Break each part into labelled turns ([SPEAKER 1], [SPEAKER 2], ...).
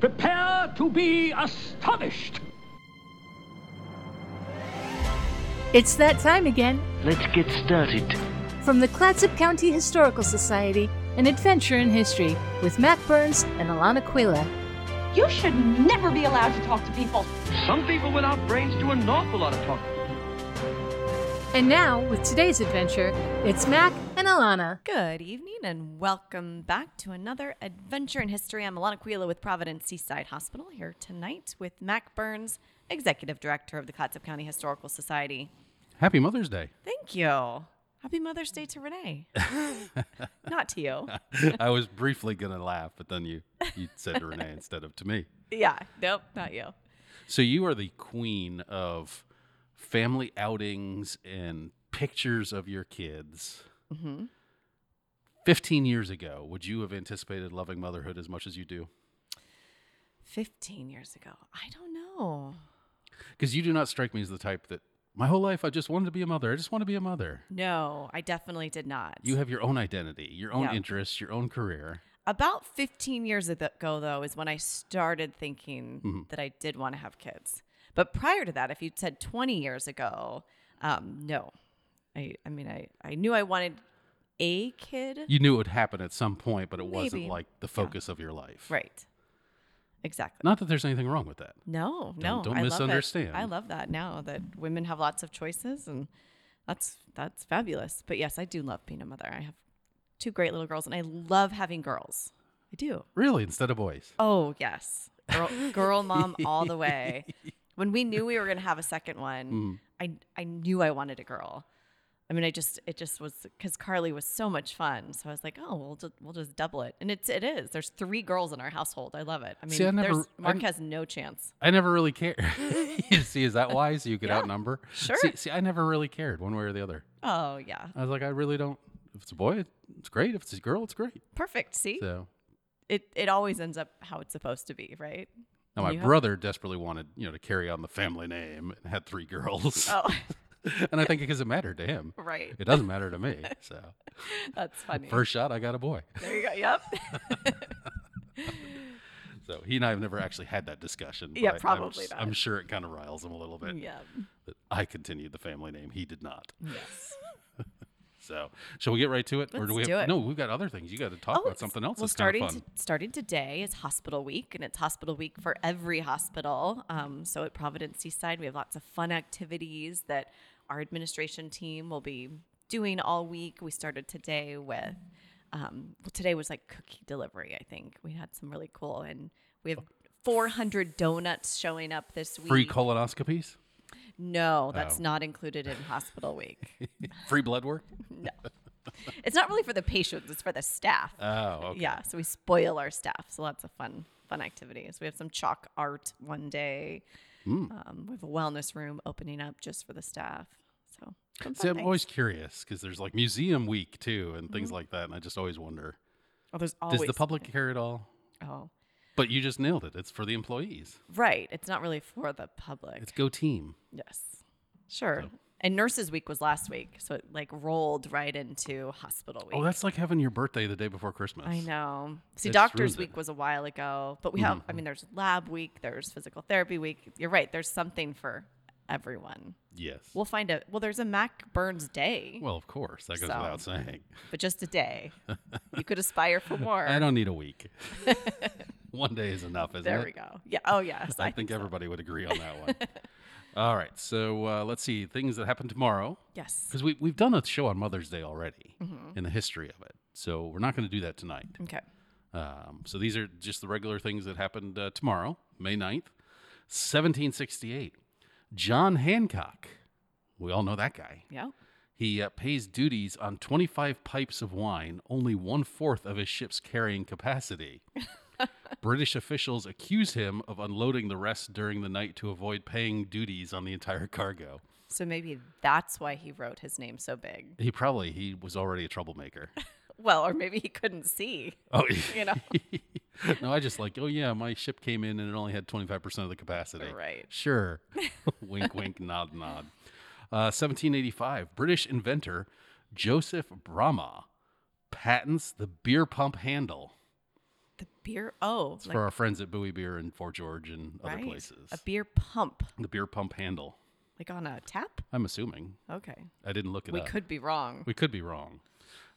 [SPEAKER 1] Prepare to be astonished.
[SPEAKER 2] It's that time again.
[SPEAKER 3] Let's get started.
[SPEAKER 2] From the Clatsop County Historical Society, an adventure in history with Matt Burns and Alana Quila.
[SPEAKER 4] You should never be allowed to talk to people.
[SPEAKER 5] Some people without brains do an awful lot of talking.
[SPEAKER 2] And now, with today's adventure, it's Mac and Alana.
[SPEAKER 6] Good evening and welcome back to another adventure in history. I'm Alana Quila with Providence Seaside Hospital here tonight with Mac Burns, Executive Director of the Clatsop County Historical Society.
[SPEAKER 7] Happy Mother's Day.
[SPEAKER 6] Thank you. Happy Mother's Day to Renee. Not to you.
[SPEAKER 7] I was briefly going to laugh, but then you, you said to Renee instead of to me.
[SPEAKER 6] Yeah, nope, not you.
[SPEAKER 7] So you are the queen of family outings and pictures of your kids.
[SPEAKER 6] Mm-hmm.
[SPEAKER 7] 15 years ago, would you have anticipated loving motherhood as much as you do?
[SPEAKER 6] 15 years ago. I don't know.
[SPEAKER 7] Because you do not strike me as the type that my whole life I just wanted to be a mother. I just want to be a mother.
[SPEAKER 6] No, I definitely did not.
[SPEAKER 7] You have your own identity, your own
[SPEAKER 6] Yeah.
[SPEAKER 7] interests, your own career.
[SPEAKER 6] About 15 years ago, though, is when I started thinking
[SPEAKER 7] Mm-hmm.
[SPEAKER 6] that I did want to have kids. But prior to that, if you'd said 20 years ago, um, no. I, I mean, I, I knew I wanted a kid.
[SPEAKER 7] You knew it would happen at some point, but it wasn't
[SPEAKER 6] Maybe.
[SPEAKER 7] like the focus of your life.
[SPEAKER 6] Right. Exactly.
[SPEAKER 7] Not that there's anything wrong with that.
[SPEAKER 6] no, no.
[SPEAKER 7] Don't-
[SPEAKER 6] I
[SPEAKER 7] don't
[SPEAKER 6] love that.
[SPEAKER 7] misunderstand.
[SPEAKER 6] I love that now that women have lots of choices, and that's that's fabulous. But yes, I do love being a mother. I have two great little girls, and I love having girls. I do.
[SPEAKER 7] Really, instead of boys.
[SPEAKER 6] Oh yes, girl, girl mom all the way. When we knew we were gonna have a second one,
[SPEAKER 7] Mm.
[SPEAKER 6] I I knew I wanted a girl. I mean, I just it just was because Carly was so much fun. So I was like, oh, we'll just we'll just double it, and it's it is. There's three girls in our household. I love it. I mean,
[SPEAKER 7] See, I never-
[SPEAKER 6] there's, Mark
[SPEAKER 7] I'm-
[SPEAKER 6] has no chance.
[SPEAKER 7] I never really cared. you see, is that why? So you could outnumber?
[SPEAKER 6] sure.
[SPEAKER 7] See, see, I never really cared one way or the other.
[SPEAKER 6] Oh yeah,
[SPEAKER 7] I was like, I really don't. If it's a boy, it's great. If it's a girl, it's great.
[SPEAKER 6] perfect. See,
[SPEAKER 7] So,
[SPEAKER 6] it it always ends up how it's supposed to be, right?
[SPEAKER 7] now my brother desperately wanted, you know, to carry on the family name and had three girls.
[SPEAKER 6] Oh,
[SPEAKER 7] and I think because it mattered to him.
[SPEAKER 6] right.
[SPEAKER 7] It doesn't matter to me. So,
[SPEAKER 6] That's funny.
[SPEAKER 7] first shot, I got a boy.
[SPEAKER 6] There you go. Yep.
[SPEAKER 7] So, he and I have never actually had that discussion. but
[SPEAKER 6] Yeah,
[SPEAKER 7] I- I'm
[SPEAKER 6] probably
[SPEAKER 7] s-
[SPEAKER 6] not.
[SPEAKER 7] I'm sure it kind of riles him a little bit.
[SPEAKER 6] yep.
[SPEAKER 7] That I continued the family name. He did not.
[SPEAKER 6] Yes.
[SPEAKER 7] So, shall we get right to it, or do
[SPEAKER 6] Let's
[SPEAKER 7] we? Have,
[SPEAKER 6] do it. Oh,
[SPEAKER 7] No, we've got other things. You got to talk about
[SPEAKER 6] it's-
[SPEAKER 7] something else.
[SPEAKER 6] Well,
[SPEAKER 7] that's kind
[SPEAKER 6] starting
[SPEAKER 7] of fun.
[SPEAKER 6] To, starting today is Hospital Week, and it's Hospital Week for every hospital. Um, so at Providence Seaside, we have lots of fun activities that our administration team will be doing all week. We started today with. Um, well, today was like cookie delivery. I think we had some really cool, and we have 400 donuts showing up this week.
[SPEAKER 7] Free colonoscopies,
[SPEAKER 6] No, that's
[SPEAKER 7] Oh.
[SPEAKER 6] not included in Hospital Week.
[SPEAKER 7] free blood work.
[SPEAKER 6] it's not really for the patients; it's for the staff.
[SPEAKER 7] Oh, okay.
[SPEAKER 6] Yeah, so we spoil our staff. So lots of fun, fun activities. We have some chalk art one day.
[SPEAKER 7] Hmm.
[SPEAKER 6] Um, we have a wellness room opening up just for the staff. So some
[SPEAKER 7] See,
[SPEAKER 6] fun
[SPEAKER 7] I'm
[SPEAKER 6] things.
[SPEAKER 7] always curious because there's like museum week too, and things like that, and I just always wonder:
[SPEAKER 6] oh, there's
[SPEAKER 7] does
[SPEAKER 6] Mm-hmm. always
[SPEAKER 7] the public care at all?
[SPEAKER 6] Oh,
[SPEAKER 7] But you just nailed it. It's for the employees.
[SPEAKER 6] right. It's not really for the public.
[SPEAKER 7] It's go team.
[SPEAKER 6] yes, sure. And Nurses Week was last week, so it like rolled right into Hospital Week.
[SPEAKER 7] Oh, that's like having your birthday the day before Christmas.
[SPEAKER 6] I know. See,
[SPEAKER 7] It's
[SPEAKER 6] Doctors
[SPEAKER 7] ruined
[SPEAKER 6] Week
[SPEAKER 7] it.
[SPEAKER 6] was a while ago, but we have,
[SPEAKER 7] Mm-hmm,
[SPEAKER 6] I mean, there's Lab Week, there's Physical Therapy Week. You're right. There's something for everyone.
[SPEAKER 7] Yes.
[SPEAKER 6] We'll find a well. There's a Mac Burns Day,
[SPEAKER 7] Well, of course, that goes
[SPEAKER 6] So-
[SPEAKER 7] without saying.
[SPEAKER 6] but just a day. you could aspire for more.
[SPEAKER 7] I don't need a week. One day is enough, isn't it?
[SPEAKER 6] there we go. Yeah. Oh yes.
[SPEAKER 7] I, think everybody would agree on that one. All right, so uh, let's see things that happen tomorrow
[SPEAKER 6] yes.
[SPEAKER 7] because we we've done a show on Mother's Day already in the history of it. So we're not going to do that tonight.
[SPEAKER 6] Okay.
[SPEAKER 7] Um, so these are just the regular things that happened uh, tomorrow, May 9th, 1768. John Hancock, we all know that guy.
[SPEAKER 6] Yeah.
[SPEAKER 7] He uh, pays duties on 25 pipes of wine, only one fourth of his ship's carrying capacity. British officials accuse him of unloading the rest during the night to avoid paying duties on the entire cargo.
[SPEAKER 6] So maybe that's why he wrote his name so big.
[SPEAKER 7] He probably he was already a troublemaker.
[SPEAKER 6] Well, or maybe he couldn't see.
[SPEAKER 7] Oh,
[SPEAKER 6] You know.
[SPEAKER 7] no, I just like, oh yeah, my ship came in and it only had 25% of the capacity.
[SPEAKER 6] Right.
[SPEAKER 7] Sure. wink, wink, nod, nod. Uh, 1785, British inventor Joseph Brahma patents the beer pump handle.
[SPEAKER 6] The beer. Oh,
[SPEAKER 7] It's for our friends at Bowie Beer and Fort George and other places.
[SPEAKER 6] A beer pump,
[SPEAKER 7] the beer pump handle.
[SPEAKER 6] like on a tap.
[SPEAKER 7] I'm assuming.
[SPEAKER 6] Okay.
[SPEAKER 7] I didn't look it
[SPEAKER 6] We
[SPEAKER 7] up.
[SPEAKER 6] could be wrong.
[SPEAKER 7] We could be wrong.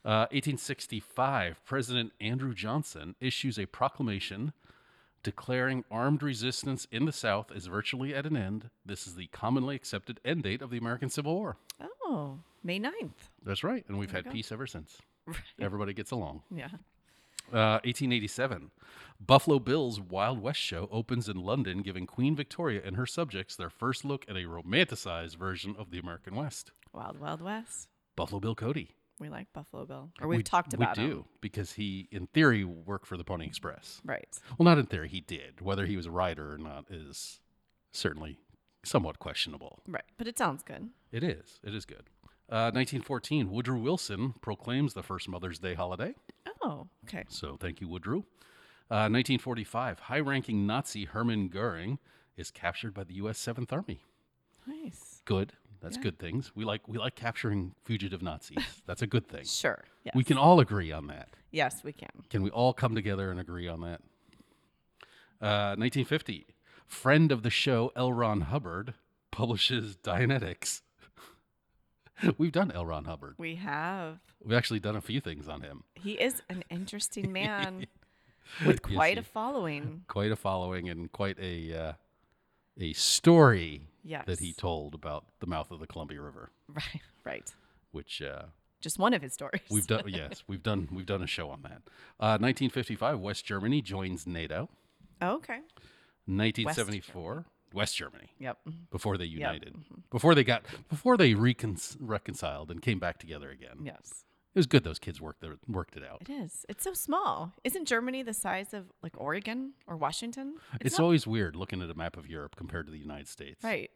[SPEAKER 7] Uh, 1865, President Andrew Johnson issues a proclamation declaring armed resistance in the South is virtually at an end. This is the commonly accepted end date of the American Civil War.
[SPEAKER 6] Oh, May 9th.
[SPEAKER 7] That's right. And we've had peace ever since. Everybody gets along.
[SPEAKER 6] Yeah.
[SPEAKER 7] Uh, 1887, Buffalo Bill's Wild West show opens in London, giving Queen Victoria and her subjects their first look at a romanticized version of the American West.
[SPEAKER 6] Wild Wild West.
[SPEAKER 7] Buffalo Bill Cody.
[SPEAKER 6] We like Buffalo Bill. Or we've
[SPEAKER 7] We-
[SPEAKER 6] talked about
[SPEAKER 7] We
[SPEAKER 6] him.
[SPEAKER 7] do because he, in theory, worked for the Pony Express.
[SPEAKER 6] Right.
[SPEAKER 7] Well, not in theory, he did. Whether he was a rider or not is certainly somewhat questionable.
[SPEAKER 6] Right. But it sounds good.
[SPEAKER 7] It is. It is good. Uh, 1914, Woodrow Wilson proclaims the first Mother's Day holiday.
[SPEAKER 6] Oh, okay.
[SPEAKER 7] So thank you, Woodrow. Uh, 1945, high ranking Nazi Hermann Goering is captured by the U.S. Seventh Army.
[SPEAKER 6] Nice.
[SPEAKER 7] Good. That's good things. We like we like capturing fugitive Nazis. That's a good thing.
[SPEAKER 6] Sure. Yes.
[SPEAKER 7] We can all agree on that.
[SPEAKER 6] Yes, we can.
[SPEAKER 7] Can we all come together and agree on that? Uh, 1950, friend of the show L. Ron Hubbard publishes Dianetics. We've done L. Ron Hubbard.
[SPEAKER 6] We have.
[SPEAKER 7] We've actually done a few things on him.
[SPEAKER 6] He is an interesting man with
[SPEAKER 7] Yes,
[SPEAKER 6] quite a
[SPEAKER 7] he-
[SPEAKER 6] following.
[SPEAKER 7] quite a following and quite a uh, a story that he
[SPEAKER 6] Yes.
[SPEAKER 7] told about the mouth of the Columbia River,
[SPEAKER 6] Right. Right.
[SPEAKER 7] which uh,
[SPEAKER 6] Just one of his stories.
[SPEAKER 7] we've done. yes, we've done. We've done a show on that. Uh, 1955, West Germany joins NATO.
[SPEAKER 6] Oh, okay.
[SPEAKER 7] 1974, West Germany.
[SPEAKER 6] Yep.
[SPEAKER 7] Before they united, before they got, before they recon- reconciled and came back together again.
[SPEAKER 6] Yes.
[SPEAKER 7] It was good those kids worked their, worked it out.
[SPEAKER 6] It is. It's so small. Isn't Germany the size of like Oregon or Washington?
[SPEAKER 7] It's,
[SPEAKER 6] not-
[SPEAKER 7] always weird looking at a map of Europe compared to the United States.
[SPEAKER 6] right.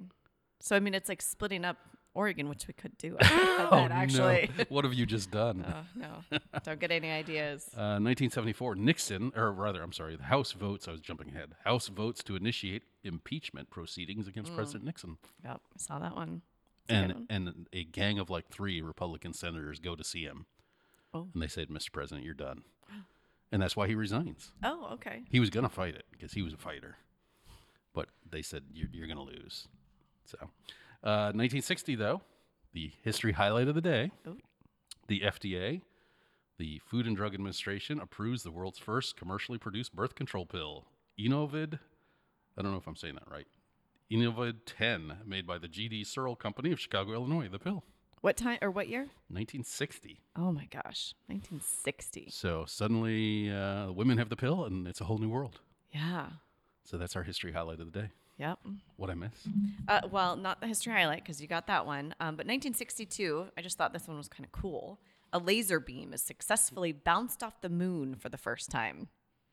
[SPEAKER 6] So I mean, it's like splitting up Oregon, which we could do. I said that actually.
[SPEAKER 7] Oh, no! What have you just done?
[SPEAKER 6] Oh no! Don't get any ideas.
[SPEAKER 7] Uh, 1974, Nixon, or rather, I'm sorry, the House votes, I was jumping ahead, House votes to initiate impeachment proceedings
[SPEAKER 6] Mm.
[SPEAKER 7] against President Nixon.
[SPEAKER 6] Yep, I saw that one.
[SPEAKER 7] And, and a gang of like three Republican senators go to see him.
[SPEAKER 6] Oh.
[SPEAKER 7] And they said, Mr. President, you're done. And that's why he resigns.
[SPEAKER 6] Oh, okay.
[SPEAKER 7] He was going to fight it because he was a fighter. But they said, you're, you're going to lose. So, uh, 1960, though, the history highlight of the day
[SPEAKER 6] Ooh.
[SPEAKER 7] the FDA, the Food and Drug Administration, approves the world's first commercially produced birth control pill, Enovid. I don't know if I'm saying that right. Enovid 10, made by the GD Searle Company of Chicago, Illinois. The pill,
[SPEAKER 6] What time or what year?
[SPEAKER 7] 1960.
[SPEAKER 6] Oh my gosh, 1960.
[SPEAKER 7] So suddenly, uh, women have the pill, and it's a whole new world.
[SPEAKER 6] Yeah.
[SPEAKER 7] So that's our history highlight of the day.
[SPEAKER 6] Yep.
[SPEAKER 7] What I miss?
[SPEAKER 6] Uh, well, not the history highlight because you got that one. Um, but 1962, I just thought this one was kind of cool. A laser beam is successfully bounced off the moon for the first time.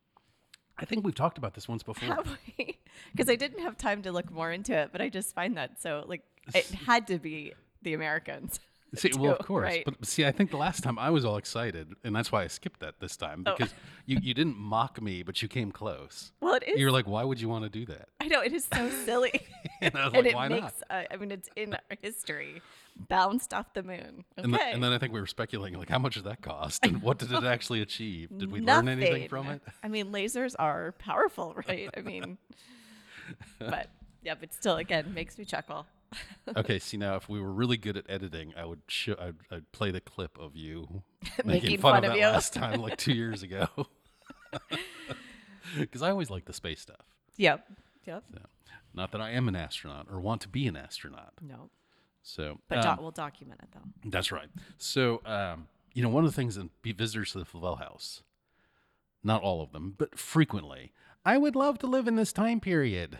[SPEAKER 7] I think we've talked about this once before.
[SPEAKER 6] Because I didn't have time to look more into it, but I just find that so like it had to be the Americans.
[SPEAKER 7] See, well, of
[SPEAKER 6] too, Oh,
[SPEAKER 7] course.
[SPEAKER 6] right?
[SPEAKER 7] But see, I think the last time I was all excited, and that's why I skipped that this time
[SPEAKER 6] Oh.
[SPEAKER 7] because you, you didn't mock me, but you came close.
[SPEAKER 6] Well, it is.
[SPEAKER 7] You're like, why would you want to do that?
[SPEAKER 6] I know it is so silly.
[SPEAKER 7] And I was
[SPEAKER 6] and
[SPEAKER 7] like,
[SPEAKER 6] it
[SPEAKER 7] why
[SPEAKER 6] makes,
[SPEAKER 7] not?
[SPEAKER 6] Uh, I mean, it's in our history. Bounced off the moon. Okay.
[SPEAKER 7] And, th- and then I think we were speculating, like, how much did that cost? And what did it actually achieve? Did we learn anything
[SPEAKER 6] Nothing.
[SPEAKER 7] from it?
[SPEAKER 6] I mean, lasers are powerful, right? I mean, but yeah, but still, again, makes me chuckle.
[SPEAKER 7] okay, see, now if we were really good at editing, I would sh- I'd, I'd play the clip of you
[SPEAKER 6] Making fun of
[SPEAKER 7] that
[SPEAKER 6] you.
[SPEAKER 7] last time, like two years ago. Because I always like the space stuff.
[SPEAKER 6] Yep. Yep.
[SPEAKER 7] Not that I am an astronaut or want to be an astronaut.
[SPEAKER 6] No.
[SPEAKER 7] So,
[SPEAKER 6] But
[SPEAKER 7] um,
[SPEAKER 6] doc- we'll document it though.
[SPEAKER 7] That's right. So, um, you know, one of the things that be visitors to the Flavel House, not all of them, but frequently, I would love to live in this time period,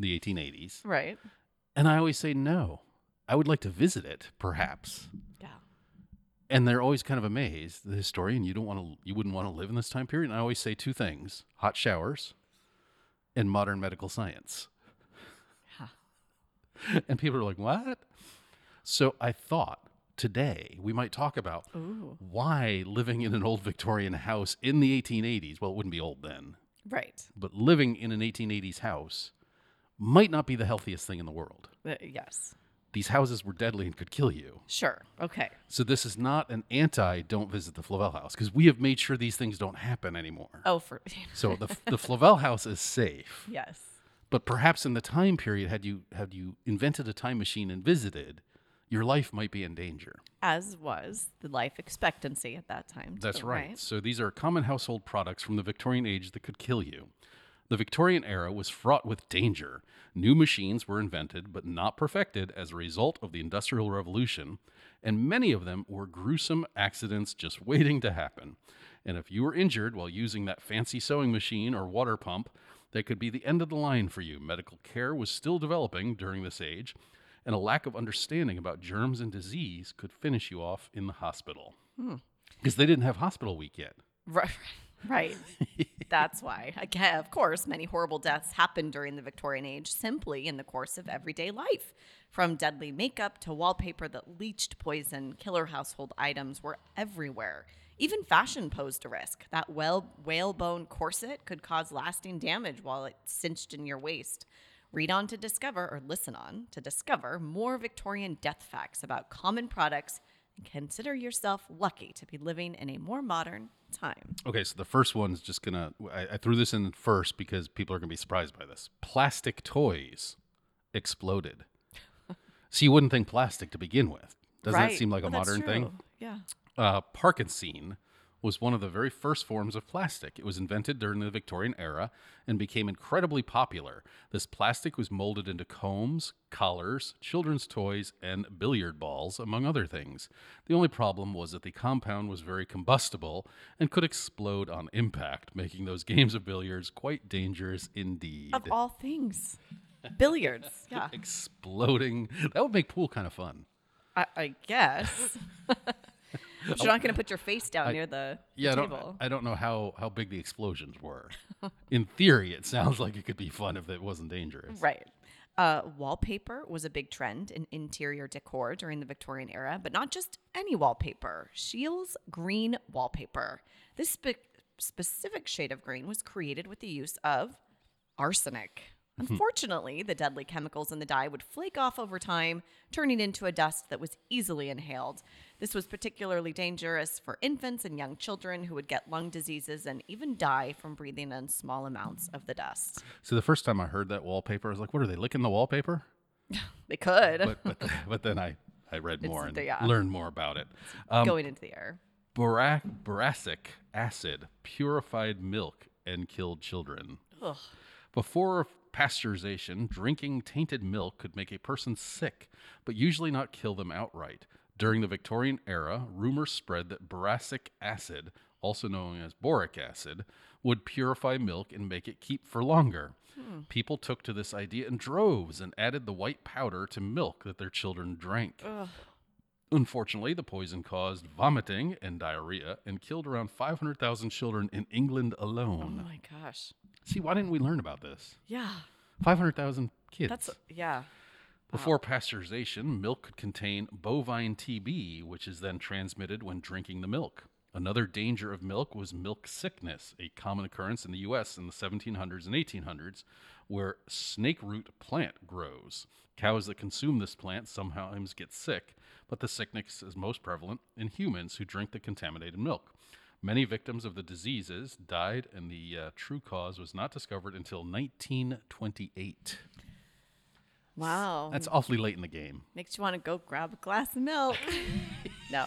[SPEAKER 7] the 1880s.
[SPEAKER 6] Right.
[SPEAKER 7] And I always say, no, I would like to visit it, perhaps.
[SPEAKER 6] Yeah.
[SPEAKER 7] And they're always kind of amazed. The historian, you don't want to, you wouldn't want to live in this time period. And I always say two things hot showers and modern medical science. and people are like, what? So I thought today we might talk about why living in an old Victorian house in the 1880s, well, it wouldn't be old then,
[SPEAKER 6] Right.
[SPEAKER 7] but living in an 1880s house might not be the healthiest thing in the world.
[SPEAKER 6] Uh, yes.
[SPEAKER 7] These houses were deadly and could kill you.
[SPEAKER 6] Sure. Okay.
[SPEAKER 7] So this is not an anti don't visit the Flavel house because we have made sure these things don't happen anymore.
[SPEAKER 6] Oh, for
[SPEAKER 7] So the the Flavel house is safe.
[SPEAKER 6] yes.
[SPEAKER 7] But perhaps in the time period had you had you invented a time machine and visited, your life might be in danger.
[SPEAKER 6] As was the life expectancy at that time.
[SPEAKER 7] That's
[SPEAKER 6] too,
[SPEAKER 7] right. So these are common household products from the Victorian age that could kill you. The Victorian era was fraught with danger. New machines were invented but not perfected as a result of the Industrial Revolution, and many of them were gruesome accidents just waiting to happen. And if you were injured while using that fancy sewing machine or water pump, that could be the end of the line for you. Medical care was still developing during this age, and a lack of understanding about germs and disease could finish you off in the hospital because they didn't have hospital week yet.
[SPEAKER 6] Right. Right. That's why. Again, of course, many horrible deaths happened during the Victorian age simply in the course of everyday life. From deadly makeup to wallpaper that leached poison, killer household items were everywhere. Even fashion posed a risk. That well whalebone corset could cause lasting damage while it's cinched in your waist. Read on to discover, or listen on to discover, more Victorian death facts about common products and consider yourself lucky to be living in a more modern time.
[SPEAKER 7] Okay, so the first one's just gonna. I, I threw this in first because people are gonna be surprised by this. Plastic toys exploded. so you wouldn't think plastic to begin with. Doesn't that seem like a
[SPEAKER 6] Well, that's
[SPEAKER 7] modern thing?
[SPEAKER 6] true. Yeah.
[SPEAKER 7] uh, Parkinsene was one of the very first forms of plastic. It was invented during the Victorian era and became incredibly popular. This plastic was molded into combs, collars, children's toys, and billiard balls, among other things. The only problem was that the compound was very combustible and could explode on impact, making those games of billiards quite dangerous indeed.
[SPEAKER 6] Of all things, billiards. Yeah.
[SPEAKER 7] Exploding. That would make pool kind of fun.
[SPEAKER 6] I, I guess. But you're not going to put your face down
[SPEAKER 7] I-
[SPEAKER 6] near the, the
[SPEAKER 7] Yeah, I
[SPEAKER 6] table.
[SPEAKER 7] don't, I don't know how, how big the explosions were. In theory, it sounds like it could be fun if it wasn't dangerous.
[SPEAKER 6] Right. Uh, wallpaper was a big trend in interior decor during the Victorian era, but not just any wallpaper. Scheele's green wallpaper. This spe- specific shade of green was created with the use of arsenic. Unfortunately, the deadly chemicals in the dye would flake off over time, turning into a dust that was easily inhaled. This was particularly dangerous for infants and young children who would get lung diseases and even die from breathing in small amounts of the dust.
[SPEAKER 7] So the first time I heard that wallpaper, I was like, what are they licking the wallpaper?
[SPEAKER 6] They could.
[SPEAKER 7] But, but, but then I, I read more and
[SPEAKER 6] the- yeah.
[SPEAKER 7] learned more about it. Um,
[SPEAKER 6] going into the air.
[SPEAKER 7] borac, boracic acid purified milk and killed children. Before pasteurization, drinking tainted milk could make a person sick, but usually not kill them outright. During the Victorian era, rumors spread that boracic acid, also known as boric acid, would purify milk and make it keep for longer. People took to this idea in droves and added the white powder to milk that their children drank. Unfortunately, the poison caused vomiting and diarrhea and killed around 500,000 children in England alone.
[SPEAKER 6] Oh my gosh.
[SPEAKER 7] See, why didn't we learn about this?
[SPEAKER 6] Yeah.
[SPEAKER 7] 500,000 kids.
[SPEAKER 6] That's yeah.
[SPEAKER 7] Before pasteurization, milk could contain bovine TB, which is then transmitted when drinking the milk. Another danger of milk was milk sickness, a common occurrence in the US in the 1700s and 1800s, where snake root plant grows. Cows that consume this plant sometimes get sick, but the sickness is most prevalent in humans who drink the contaminated milk. Many victims of the diseases died, and the uh, true cause was not discovered until 1928.
[SPEAKER 6] Wow.
[SPEAKER 7] That's awfully late in the game.
[SPEAKER 6] Makes you want to go grab a glass of milk. no.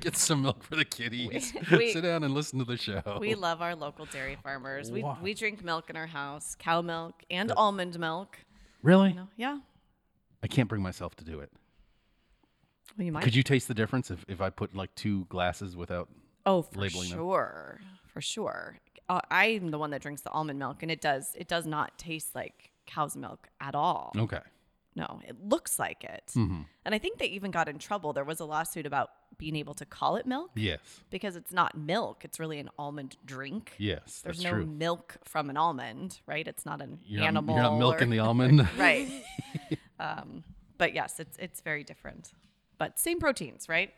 [SPEAKER 7] Get some milk for the kitties.
[SPEAKER 6] we-
[SPEAKER 7] Sit down and listen to the show.
[SPEAKER 6] We love our local dairy farmers. We
[SPEAKER 7] Wow.
[SPEAKER 6] we drink milk in our house, cow milk and almond milk.
[SPEAKER 7] really?
[SPEAKER 6] No, yeah.
[SPEAKER 7] I can't bring myself to do it.
[SPEAKER 6] Well, you might.
[SPEAKER 7] Could you taste the difference if, if I put like two glasses without?
[SPEAKER 6] oh, for
[SPEAKER 7] labeling them?
[SPEAKER 6] sure. For sure. Uh, I'm the one that drinks the almond milk and it does it does not taste like cow's milk at all.
[SPEAKER 7] Okay.
[SPEAKER 6] No, it looks like it. And I think they even got in trouble. There was a lawsuit about being able to call it milk.
[SPEAKER 7] Yes.
[SPEAKER 6] because it's not milk. It's really an almond drink.
[SPEAKER 7] Yes.
[SPEAKER 6] There's
[SPEAKER 7] that's
[SPEAKER 6] no
[SPEAKER 7] true.
[SPEAKER 6] milk from an almond, right? It's not an
[SPEAKER 7] you're not,
[SPEAKER 6] animal.
[SPEAKER 7] you're not milking
[SPEAKER 6] or-
[SPEAKER 7] the almond.
[SPEAKER 6] right. um, but yes, it's it's very different, but same proteins, right?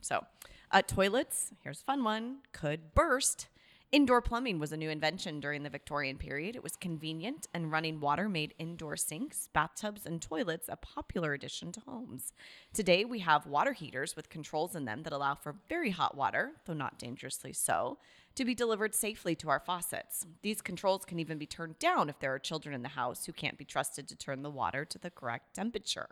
[SPEAKER 6] So, uh, toilets. Here's a fun one. Could burst. Indoor plumbing was a new invention during the Victorian period. It was convenient, and running water made indoor sinks, bathtubs, and toilets a popular addition to homes. Today, we have water heaters with controls in them that allow for very hot water, though not dangerously so, to be delivered safely to our faucets. These controls can even be turned down if there are children in the house who can't be trusted to turn the water to the correct temperature.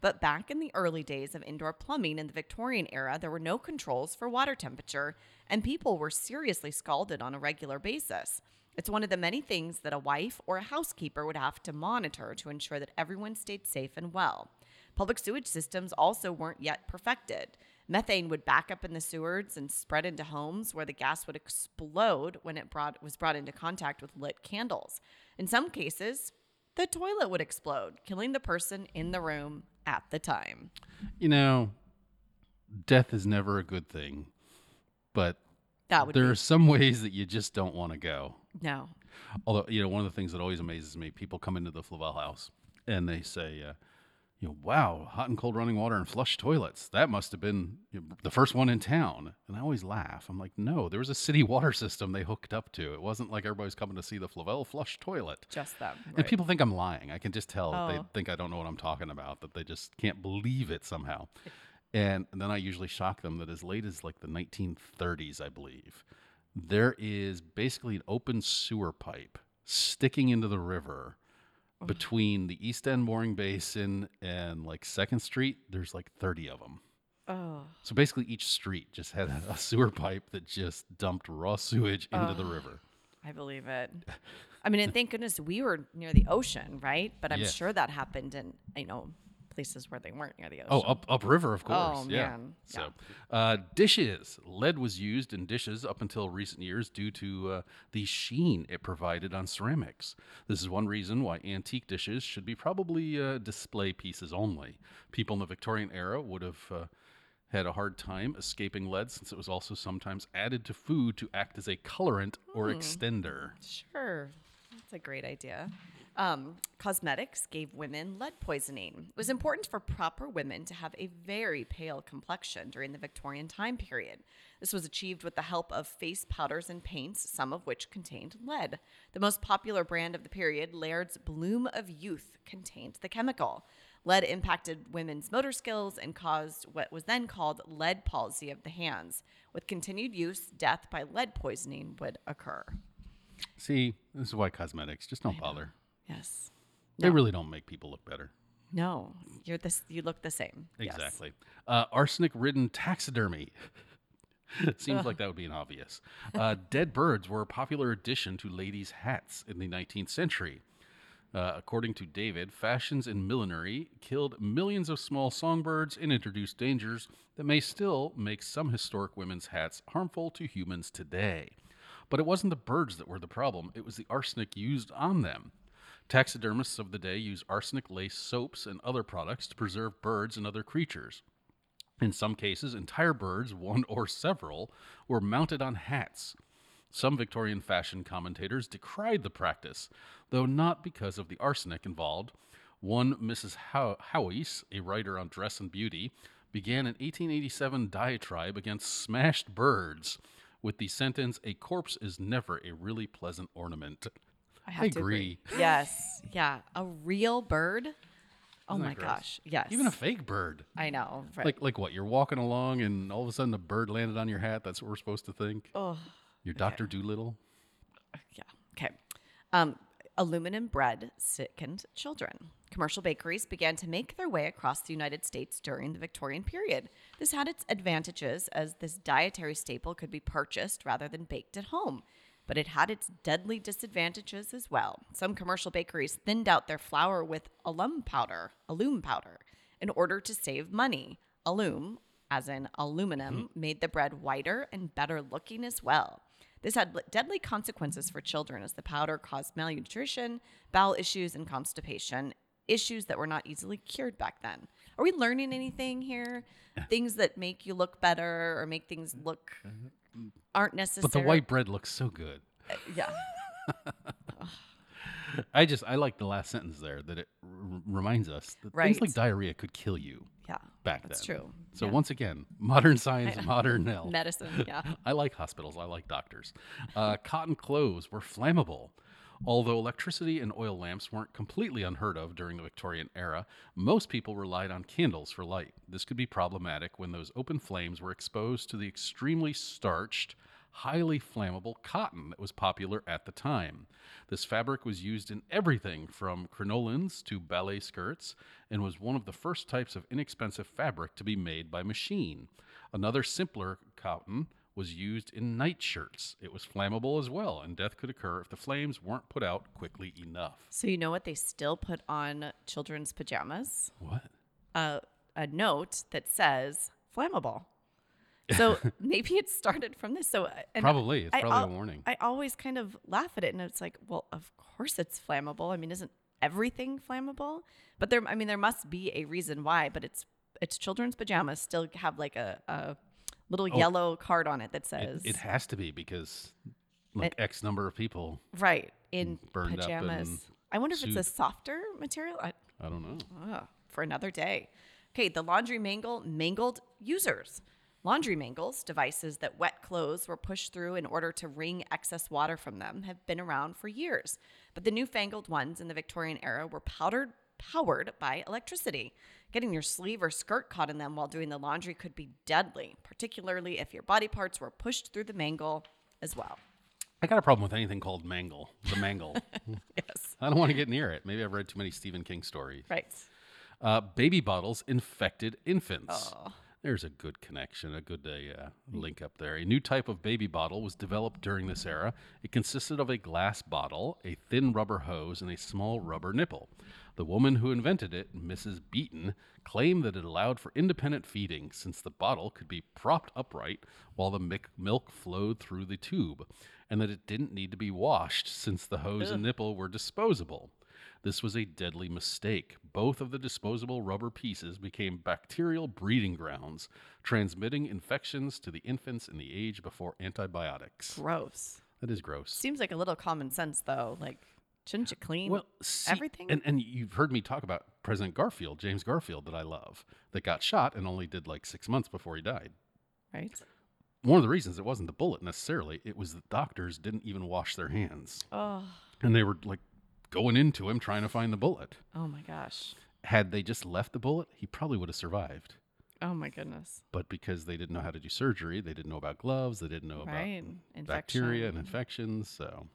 [SPEAKER 6] But back in the early days of indoor plumbing in the Victorian era, there were no controls for water temperature, and people were seriously scalded on a regular basis. It's one of the many things that a wife or a housekeeper would have to monitor to ensure that everyone stayed safe and well. Public sewage systems also weren't yet perfected. Methane would back up in the sewers and spread into homes where the gas would explode when it brought, was brought into contact with lit candles. In some cases, the toilet would explode, killing the person in the room at the time.
[SPEAKER 7] You know, death is never a good thing, but
[SPEAKER 6] That would
[SPEAKER 7] there
[SPEAKER 6] be
[SPEAKER 7] are some ways that you just don't want to go.
[SPEAKER 6] no.
[SPEAKER 7] Although, you know, one of the things that always amazes me, people come into the Flavel house and they say, uh, you know, wow, hot and cold running water and flush toilets. That must have been you know, the first one in town. And I always laugh. I'm like, no, there was a city water system they hooked up to. It wasn't like everybody's coming to see the Flavel flush toilet.
[SPEAKER 6] Just them.
[SPEAKER 7] And people think I'm lying. I can just tell that they
[SPEAKER 6] Oh.
[SPEAKER 7] think I don't know what I'm talking about, that they just can't believe it somehow. And then I usually shock them that as late as like the 1930s, I believe, there is basically an open sewer pipe sticking into the river between the East End Mooring Basin and like 2nd Street. There's like 30 of them.
[SPEAKER 6] Oh.
[SPEAKER 7] So basically, each street just had a sewer pipe that just dumped raw sewage into the river.
[SPEAKER 6] I believe it. I mean, and thank goodness we were near the ocean, right? But I'm
[SPEAKER 7] Yeah.
[SPEAKER 6] sure that happened in, you know, places where they weren't near the ocean.
[SPEAKER 7] Oh, up upriver, of course.
[SPEAKER 6] Oh,
[SPEAKER 7] yeah.
[SPEAKER 6] man.
[SPEAKER 7] So, uh, dishes. Lead was used in dishes up until recent years due to uh, the sheen it provided on ceramics. This is one reason why antique dishes should be probably uh, display pieces only. People in the Victorian era would have. Uh, had a hard time escaping lead since it was also sometimes added to food to act as a colorant or
[SPEAKER 6] Hmm.
[SPEAKER 7] extender.
[SPEAKER 6] Sure. That's a great idea. Um, cosmetics gave women lead poisoning. It was important for proper women to have a very pale complexion during the Victorian time period. This was achieved with the help of face powders and paints, some of which contained lead. The most popular brand of the period, Laird's Bloom of Youth, contained the chemical. Lead impacted women's motor skills and caused what was then called lead palsy of the hands. With continued use, death by lead poisoning would occur.
[SPEAKER 7] See, this is why cosmetics just don't bother.
[SPEAKER 6] Yes.
[SPEAKER 7] They really don't make people look better.
[SPEAKER 6] No, you're this. You look the same. Yes.
[SPEAKER 7] Exactly. Uh, arsenic ridden taxidermy. it seems like that would be an obvious. Uh, dead birds were a popular addition to ladies' hats in the 19th century. Uh, according to David, fashions in millinery killed millions of small songbirds and introduced dangers that may still make some historic women's hats harmful to humans today. But it wasn't the birds that were the problem, it was the arsenic used on them. Taxidermists of the day use arsenic lace soaps and other products to preserve birds and other creatures. In some cases, entire birds, one or several, were mounted on hats. Some Victorian fashion commentators decried the practice, though not because of the arsenic involved. One Mrs. How- Howes, a writer on dress and beauty, began an 1887 diatribe against smashed birds with the sentence, A corpse is never a really pleasant ornament. I,
[SPEAKER 6] have to
[SPEAKER 7] agree.
[SPEAKER 6] Yes. Yeah. A real bird. Oh
[SPEAKER 7] Isn't that
[SPEAKER 6] my
[SPEAKER 7] gross?
[SPEAKER 6] gosh. Yes.
[SPEAKER 7] Even a fake bird.
[SPEAKER 6] I know. Right.
[SPEAKER 7] Like like what? You're walking along and all of a sudden a bird landed on your hat. That's what we're supposed to think.
[SPEAKER 6] oh.
[SPEAKER 7] Your Doctor Doolittle.
[SPEAKER 6] Yeah. Okay. Um, aluminum bread sickened children. Commercial bakeries began to make their way across the United States during the Victorian period. This had its advantages as this dietary staple could be purchased rather than baked at home. But it had its deadly disadvantages as well. Some commercial bakeries thinned out their flour with alum powder, alum powder, in order to save money. Alum, as in aluminum, made the bread whiter and better looking as well. This had li- deadly consequences for children as the powder caused malnutrition, bowel issues, and constipation, issues that were not easily cured back then. Are we learning anything here? things that make you look better or make things look aren't necessary.
[SPEAKER 7] Mm-hmm. But the white bread looks so good.
[SPEAKER 6] Yeah.
[SPEAKER 7] I just I like the last sentence there that it r- reminds us that things like
[SPEAKER 6] Right.
[SPEAKER 7] diarrhea could kill you.
[SPEAKER 6] Yeah.
[SPEAKER 7] back
[SPEAKER 6] That's
[SPEAKER 7] then.
[SPEAKER 6] true.
[SPEAKER 7] So
[SPEAKER 6] Yeah.
[SPEAKER 7] once again, modern science, modern health.
[SPEAKER 6] Medicine. Yeah.
[SPEAKER 7] I like hospitals. I like doctors. Uh, cotton clothes were flammable. Although electricity and oil lamps weren't completely unheard of during the Victorian era, most people relied on candles for light. This could be problematic when those open flames were exposed to the extremely starched, highly flammable cotton that was popular at the time. This fabric was used in everything from crinolines to ballet skirts and was one of the first types of inexpensive fabric to be made by machine. Another simpler cotton was used in nightshirts. It was flammable as well, and death could occur if the flames weren't put out quickly enough.
[SPEAKER 6] So you know what they still put on children's pajamas?
[SPEAKER 7] What?
[SPEAKER 6] A a note that says flammable. So maybe it started from this. So uh, and
[SPEAKER 7] Probably. It's
[SPEAKER 6] I
[SPEAKER 7] probably a
[SPEAKER 6] al-
[SPEAKER 7] warning.
[SPEAKER 6] I always kind of laugh at it, and it's like, well, of course it's flammable. I mean, isn't everything flammable? But there, I mean, there must be a reason why. But it's it's children's pajamas still have like a, a little yellow card on it that
[SPEAKER 7] Oh. It,
[SPEAKER 6] says
[SPEAKER 7] it has to be because like X number of people.
[SPEAKER 6] right in
[SPEAKER 7] burned up and
[SPEAKER 6] pajamas. I wonder if it's a softer material. I,
[SPEAKER 7] I don't know.
[SPEAKER 6] Ugh, for another day. Okay, the laundry mangle mangled users. Laundry mangles, devices that wet clothes were pushed through in order to wring excess water from them, have been around for years. But the newfangled ones in the Victorian era were powdered powered by electricity. Getting your sleeve or skirt caught in them while doing the laundry could be deadly, particularly if your body parts were pushed through the mangle as well.
[SPEAKER 7] I got a problem with anything called mangle. The mangle. yes. I don't want to get near it. Maybe I've read too many Stephen King stories.
[SPEAKER 6] Right.
[SPEAKER 7] Uh, baby bottles infected infants. There's a good connection, a good uh, uh, link up there. A new type of baby bottle was developed during this era. It consisted of a glass bottle, a thin rubber hose, and a small rubber nipple. The woman who invented it, Mrs. Beaton, claimed that it allowed for independent feeding since the bottle could be propped upright while the mic- milk flowed through the tube, and that it didn't need to be washed since the hose and nipple were disposable. This was a deadly mistake. Both of the disposable rubber pieces became bacterial breeding grounds, transmitting infections to the infants in the age before antibiotics.
[SPEAKER 6] Gross.
[SPEAKER 7] That is gross.
[SPEAKER 6] Seems like a little common sense though. Like, shouldn't you clean
[SPEAKER 7] Well, see,
[SPEAKER 6] everything?
[SPEAKER 7] and, and you've heard me talk about President Garfield, James Garfield, that I love, that got shot and only did like six months before he died.
[SPEAKER 6] right?
[SPEAKER 7] One of the reasons it wasn't the bullet necessarily, it was that doctors didn't even wash their hands.
[SPEAKER 6] Oh,
[SPEAKER 7] And they were like going into him trying to find the bullet.
[SPEAKER 6] oh my gosh.
[SPEAKER 7] Had they just left the bullet, he probably would have survived.
[SPEAKER 6] Oh my goodness.
[SPEAKER 7] but because they didn't know how to do surgery, they didn't know about gloves, they didn't know
[SPEAKER 6] Right.
[SPEAKER 7] about bacteria
[SPEAKER 6] Infection.
[SPEAKER 7] and infections. So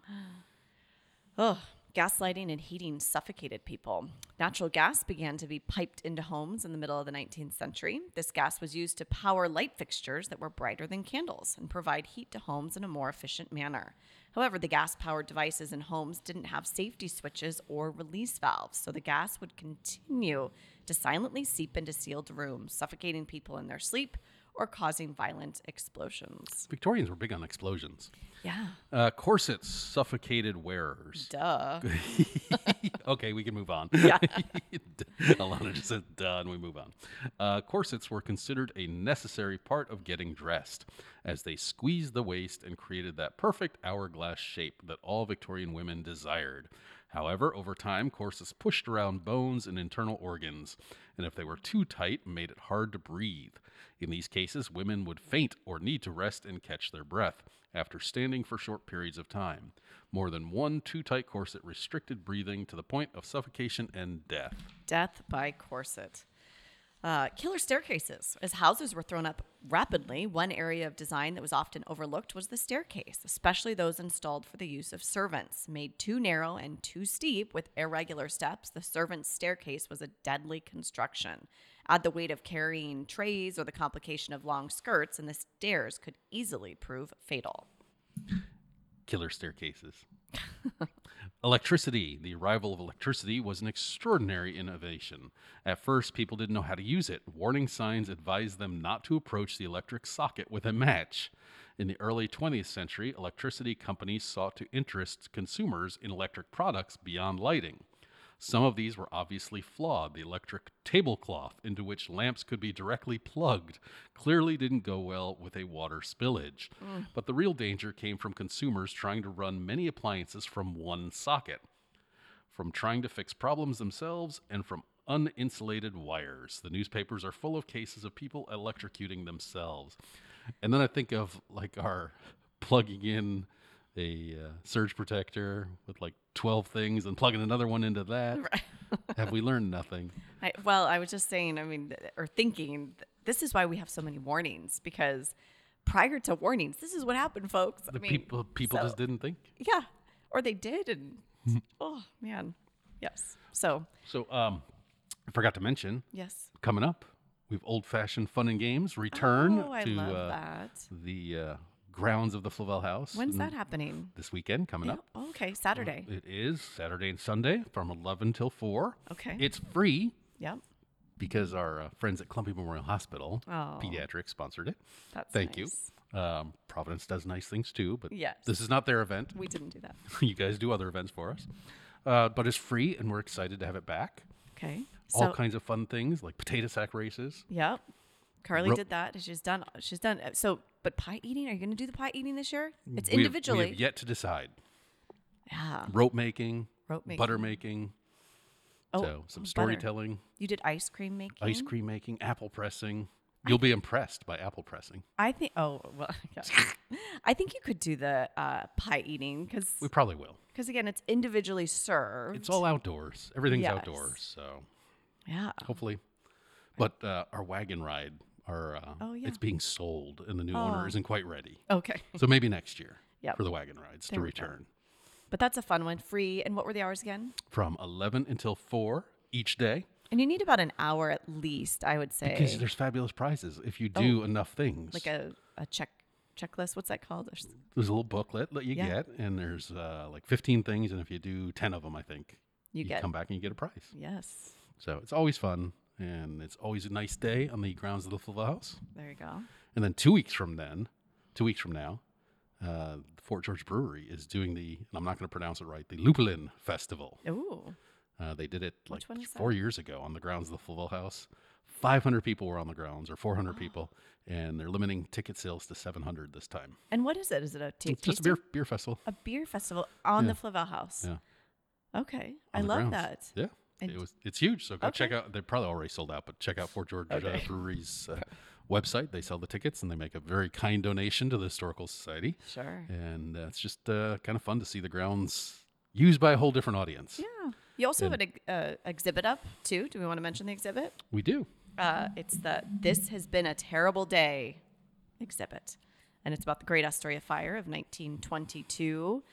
[SPEAKER 6] Ugh. Gaslighting and heating suffocated people. Natural gas began to be piped into homes in the middle of the 19th century. This gas was used to power light fixtures that were brighter than candles and provide heat to homes in a more efficient manner. However, the gas powered devices in homes didn't have safety switches or release valves, so the gas would continue to silently seep into sealed rooms, suffocating people in their sleep or causing violent explosions.
[SPEAKER 7] Victorians were big on explosions.
[SPEAKER 6] Yeah.
[SPEAKER 7] Uh, corsets suffocated wearers.
[SPEAKER 6] Duh.
[SPEAKER 7] okay, we can move on. Yeah. Alana just said, duh, and we move on. Uh, corsets were considered a necessary part of getting dressed, as they squeezed the waist and created that perfect hourglass shape that all Victorian women desired. However, over time, corsets pushed around bones and internal organs, and if they were too tight, made it hard to breathe. In these cases, women would faint or need to rest and catch their breath after standing for short periods of time. More than one too tight corset restricted breathing to the point of suffocation and death.
[SPEAKER 6] Death by corset. Uh, killer staircases. As houses were thrown up rapidly, one area of design that was often overlooked was the staircase, especially those installed for the use of servants. Made too narrow and too steep with irregular steps, the servants' staircase was a deadly construction. Add the weight of carrying trays or the complication of long skirts, and the stairs could easily prove fatal.
[SPEAKER 7] Killer staircases. electricity. The arrival of electricity was an extraordinary innovation. At first, people didn't know how to use it. Warning signs advised them not to approach the electric socket with a match. In the early 20th century, electricity companies sought to interest consumers in electric products beyond lighting. Some of these were obviously flawed. The electric tablecloth into which lamps could be directly plugged clearly didn't go well with a water spillage. But the real danger came from consumers trying to run many appliances from one socket, from trying to fix problems themselves, and from uninsulated wires. The newspapers are full of cases of people electrocuting themselves. And then I think of like our plugging in a uh, surge protector with like 12 things and plugging another one into that. Have we learned nothing?
[SPEAKER 6] I, well, I was just saying, I mean, th- or thinking, th- this is why we have so many warnings because prior to warnings, this is what happened, folks.
[SPEAKER 7] The people people
[SPEAKER 6] so-
[SPEAKER 7] just didn't think.
[SPEAKER 6] yeah, or they did, and oh man, yes. So
[SPEAKER 7] So um I forgot to mention
[SPEAKER 6] yes,
[SPEAKER 7] coming up, we've old fashioned fun and games return
[SPEAKER 6] Oh, I
[SPEAKER 7] to
[SPEAKER 6] love
[SPEAKER 7] uh,
[SPEAKER 6] that.
[SPEAKER 7] the uh, grounds of the Flavel House.
[SPEAKER 6] When's
[SPEAKER 7] n-
[SPEAKER 6] that happening?
[SPEAKER 7] This weekend coming up.
[SPEAKER 6] Oh, okay, Saturday.
[SPEAKER 7] It is Saturday and Sunday from 11 till 4.
[SPEAKER 6] Okay.
[SPEAKER 7] It's free
[SPEAKER 6] Yep.
[SPEAKER 7] because our uh, friends at Clumpy Memorial Hospital,
[SPEAKER 6] Oh.
[SPEAKER 7] Pediatrics, sponsored it.
[SPEAKER 6] That's
[SPEAKER 7] Thank
[SPEAKER 6] nice.
[SPEAKER 7] you. Um, Providence does nice things too, but
[SPEAKER 6] Yes.
[SPEAKER 7] this is not their event.
[SPEAKER 6] We didn't do that.
[SPEAKER 7] you guys do other events for us. Uh, but it's free and we're excited to have it back.
[SPEAKER 6] Okay.
[SPEAKER 7] All kinds of fun things like potato sack races.
[SPEAKER 6] Yep. Carly
[SPEAKER 7] Ro-
[SPEAKER 6] did that. She's done. She's done. uh, So, but pie eating? Are you going to do the pie eating this year? It's
[SPEAKER 7] We have-
[SPEAKER 6] individually.
[SPEAKER 7] we have yet to decide.
[SPEAKER 6] yeah.
[SPEAKER 7] rope making,
[SPEAKER 6] Rope making.
[SPEAKER 7] butter making,
[SPEAKER 6] Oh,
[SPEAKER 7] so some
[SPEAKER 6] butter.
[SPEAKER 7] storytelling,
[SPEAKER 6] You did ice cream making.
[SPEAKER 7] ice cream making, apple pressing. You'll be impressed by apple pressing.
[SPEAKER 6] I think. Oh well. yeah. I think you could do the uh, pie eating because
[SPEAKER 7] We probably will.
[SPEAKER 6] again, it's individually served.
[SPEAKER 7] It's all outdoors. Everything's
[SPEAKER 6] Yes.
[SPEAKER 7] outdoors, so
[SPEAKER 6] yeah.
[SPEAKER 7] hopefully. But uh, our wagon ride, our uh,
[SPEAKER 6] Oh, yeah.
[SPEAKER 7] it's being sold, and the new owner isn't quite ready.
[SPEAKER 6] Okay.
[SPEAKER 7] So maybe next year
[SPEAKER 6] Yep.
[SPEAKER 7] for the wagon rides
[SPEAKER 6] There
[SPEAKER 7] to
[SPEAKER 6] we go.
[SPEAKER 7] return
[SPEAKER 6] But that's a fun one. Free. And what were the hours again?
[SPEAKER 7] from eleven until four each day
[SPEAKER 6] And you need about an hour at least, I would say.
[SPEAKER 7] because there's fabulous prizes if you do enough things.
[SPEAKER 6] Oh, like a, a check checklist. What's that called? There's-
[SPEAKER 7] there's a little booklet that you
[SPEAKER 6] Yeah.
[SPEAKER 7] get, and there's uh, like 15 things, and if you do 10 of them, I think
[SPEAKER 6] You get-
[SPEAKER 7] come back and you get a prize.
[SPEAKER 6] Yes.
[SPEAKER 7] So it's always fun, and it's always a nice day on the grounds of the Flavel House.
[SPEAKER 6] There you go.
[SPEAKER 7] And then two weeks from then, two weeks from now, uh, Fort George Brewery is doing the, and I'm not going to pronounce it right, the Lupulin Festival.
[SPEAKER 6] Ooh.
[SPEAKER 7] Uh, they did it like
[SPEAKER 6] one is
[SPEAKER 7] four years ago on the grounds of the Flavel House. 500 people were on the grounds, or 400
[SPEAKER 6] Oh.
[SPEAKER 7] people, and they're limiting ticket sales to 700 this time.
[SPEAKER 6] And what is it? Is it a ta-
[SPEAKER 7] It's just a
[SPEAKER 6] tasting-
[SPEAKER 7] beer, beer festival.
[SPEAKER 6] a beer festival on
[SPEAKER 7] Yeah.
[SPEAKER 6] the Flavel House?
[SPEAKER 7] Yeah.
[SPEAKER 6] Okay. I
[SPEAKER 7] on the
[SPEAKER 6] love
[SPEAKER 7] grounds.
[SPEAKER 6] that.
[SPEAKER 7] Yeah.
[SPEAKER 6] And-
[SPEAKER 7] it was it's huge. So go check
[SPEAKER 6] Okay.
[SPEAKER 7] out they're probably already sold out, but check out Fort George uh, Brewery's uh, website. They sell the tickets and they make a very kind donation to the historical society.
[SPEAKER 6] Sure.
[SPEAKER 7] And uh, it's just uh, kind of fun to see the grounds used by a whole different audience.
[SPEAKER 6] Yeah. You also have an ex- uh, exhibit up too. Do we want to mention the exhibit?
[SPEAKER 7] We do.
[SPEAKER 6] Uh, it's the This Has Been a Terrible Day exhibit. And it's about the Great Astoria Fire of 1922.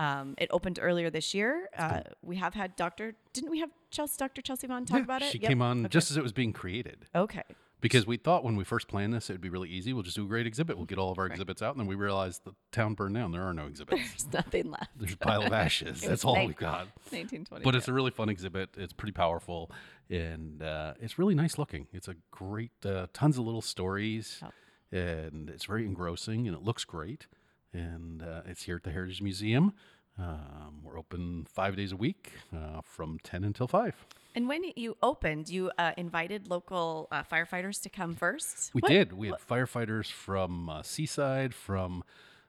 [SPEAKER 6] Um, it opened earlier this year. Uh, we have had Dr. Didn't we have Chelsea, Dr. Chelsea Vaughn talk
[SPEAKER 7] Yeah,
[SPEAKER 6] about it?
[SPEAKER 7] She
[SPEAKER 6] Yep.
[SPEAKER 7] came on just as it was being created.
[SPEAKER 6] Okay.
[SPEAKER 7] Because we thought when we first planned this, it would be really easy. We'll just do a great exhibit. We'll get all of our exhibits out. And then we realized the town burned down. There are no exhibits.
[SPEAKER 6] There's nothing left.
[SPEAKER 7] There's a pile of ashes. That's all we've got.
[SPEAKER 6] 1920.
[SPEAKER 7] but it's a really fun exhibit. It's pretty powerful, and uh, it's really nice looking. It's a great, uh, tons of little stories, and it's very engrossing, and it looks great. And uh, it's here at the Heritage Museum. Um, we're open five days a week uh, from ten until five.
[SPEAKER 6] And when you opened, you uh, invited local uh, firefighters to come first.
[SPEAKER 7] We
[SPEAKER 6] What-
[SPEAKER 7] did. We had firefighters from uh, Seaside, from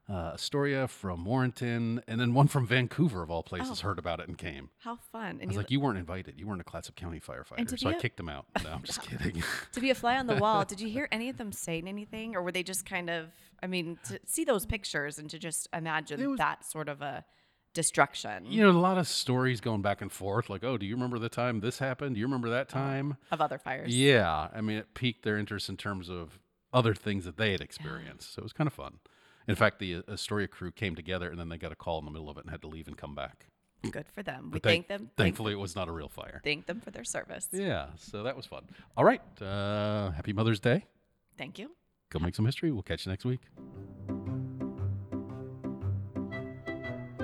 [SPEAKER 7] uh, Astoria, from Warrenton, and then one from Vancouver of all places heard about it and came.
[SPEAKER 6] How fun! Oh. And
[SPEAKER 7] I was
[SPEAKER 6] you,
[SPEAKER 7] like, "You weren't invited. You weren't a Clatsop County
[SPEAKER 6] to
[SPEAKER 7] firefighter." So
[SPEAKER 6] be
[SPEAKER 7] I
[SPEAKER 6] a-
[SPEAKER 7] kicked them out. No, I'm just kidding.
[SPEAKER 6] to be a fly on the wall. did you hear any of them saying anything, or were they just kind of? I mean, to see those pictures and to just imagine that sort of a destruction
[SPEAKER 7] you know, a lot of stories going back and forth. Like, oh, do you remember the time this happened? Do you remember that time?
[SPEAKER 6] Oh, of other fires.
[SPEAKER 7] Yeah. I mean, it piqued their interest in terms of other things that they had experienced. So it was kind of fun. In fact, the uh, Astoria crew came together and then they got a call in the middle of it and had to leave and come back.
[SPEAKER 6] Good for them. We
[SPEAKER 7] But
[SPEAKER 6] thank
[SPEAKER 7] thank-
[SPEAKER 6] them. Thank,
[SPEAKER 7] Thankfully, it was not a real fire.
[SPEAKER 6] thank them for their service.
[SPEAKER 7] yeah. So that was fun. All right. Uh, happy Mother's Day.
[SPEAKER 6] Thank you.
[SPEAKER 7] Go make some history. We'll catch you next week.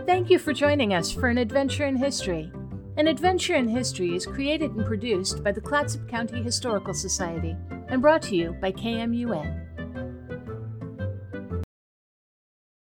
[SPEAKER 2] Thank you for joining us for an adventure in history. An adventure in history is created and produced by the Clatsop County Historical Society and brought to you by KMUN.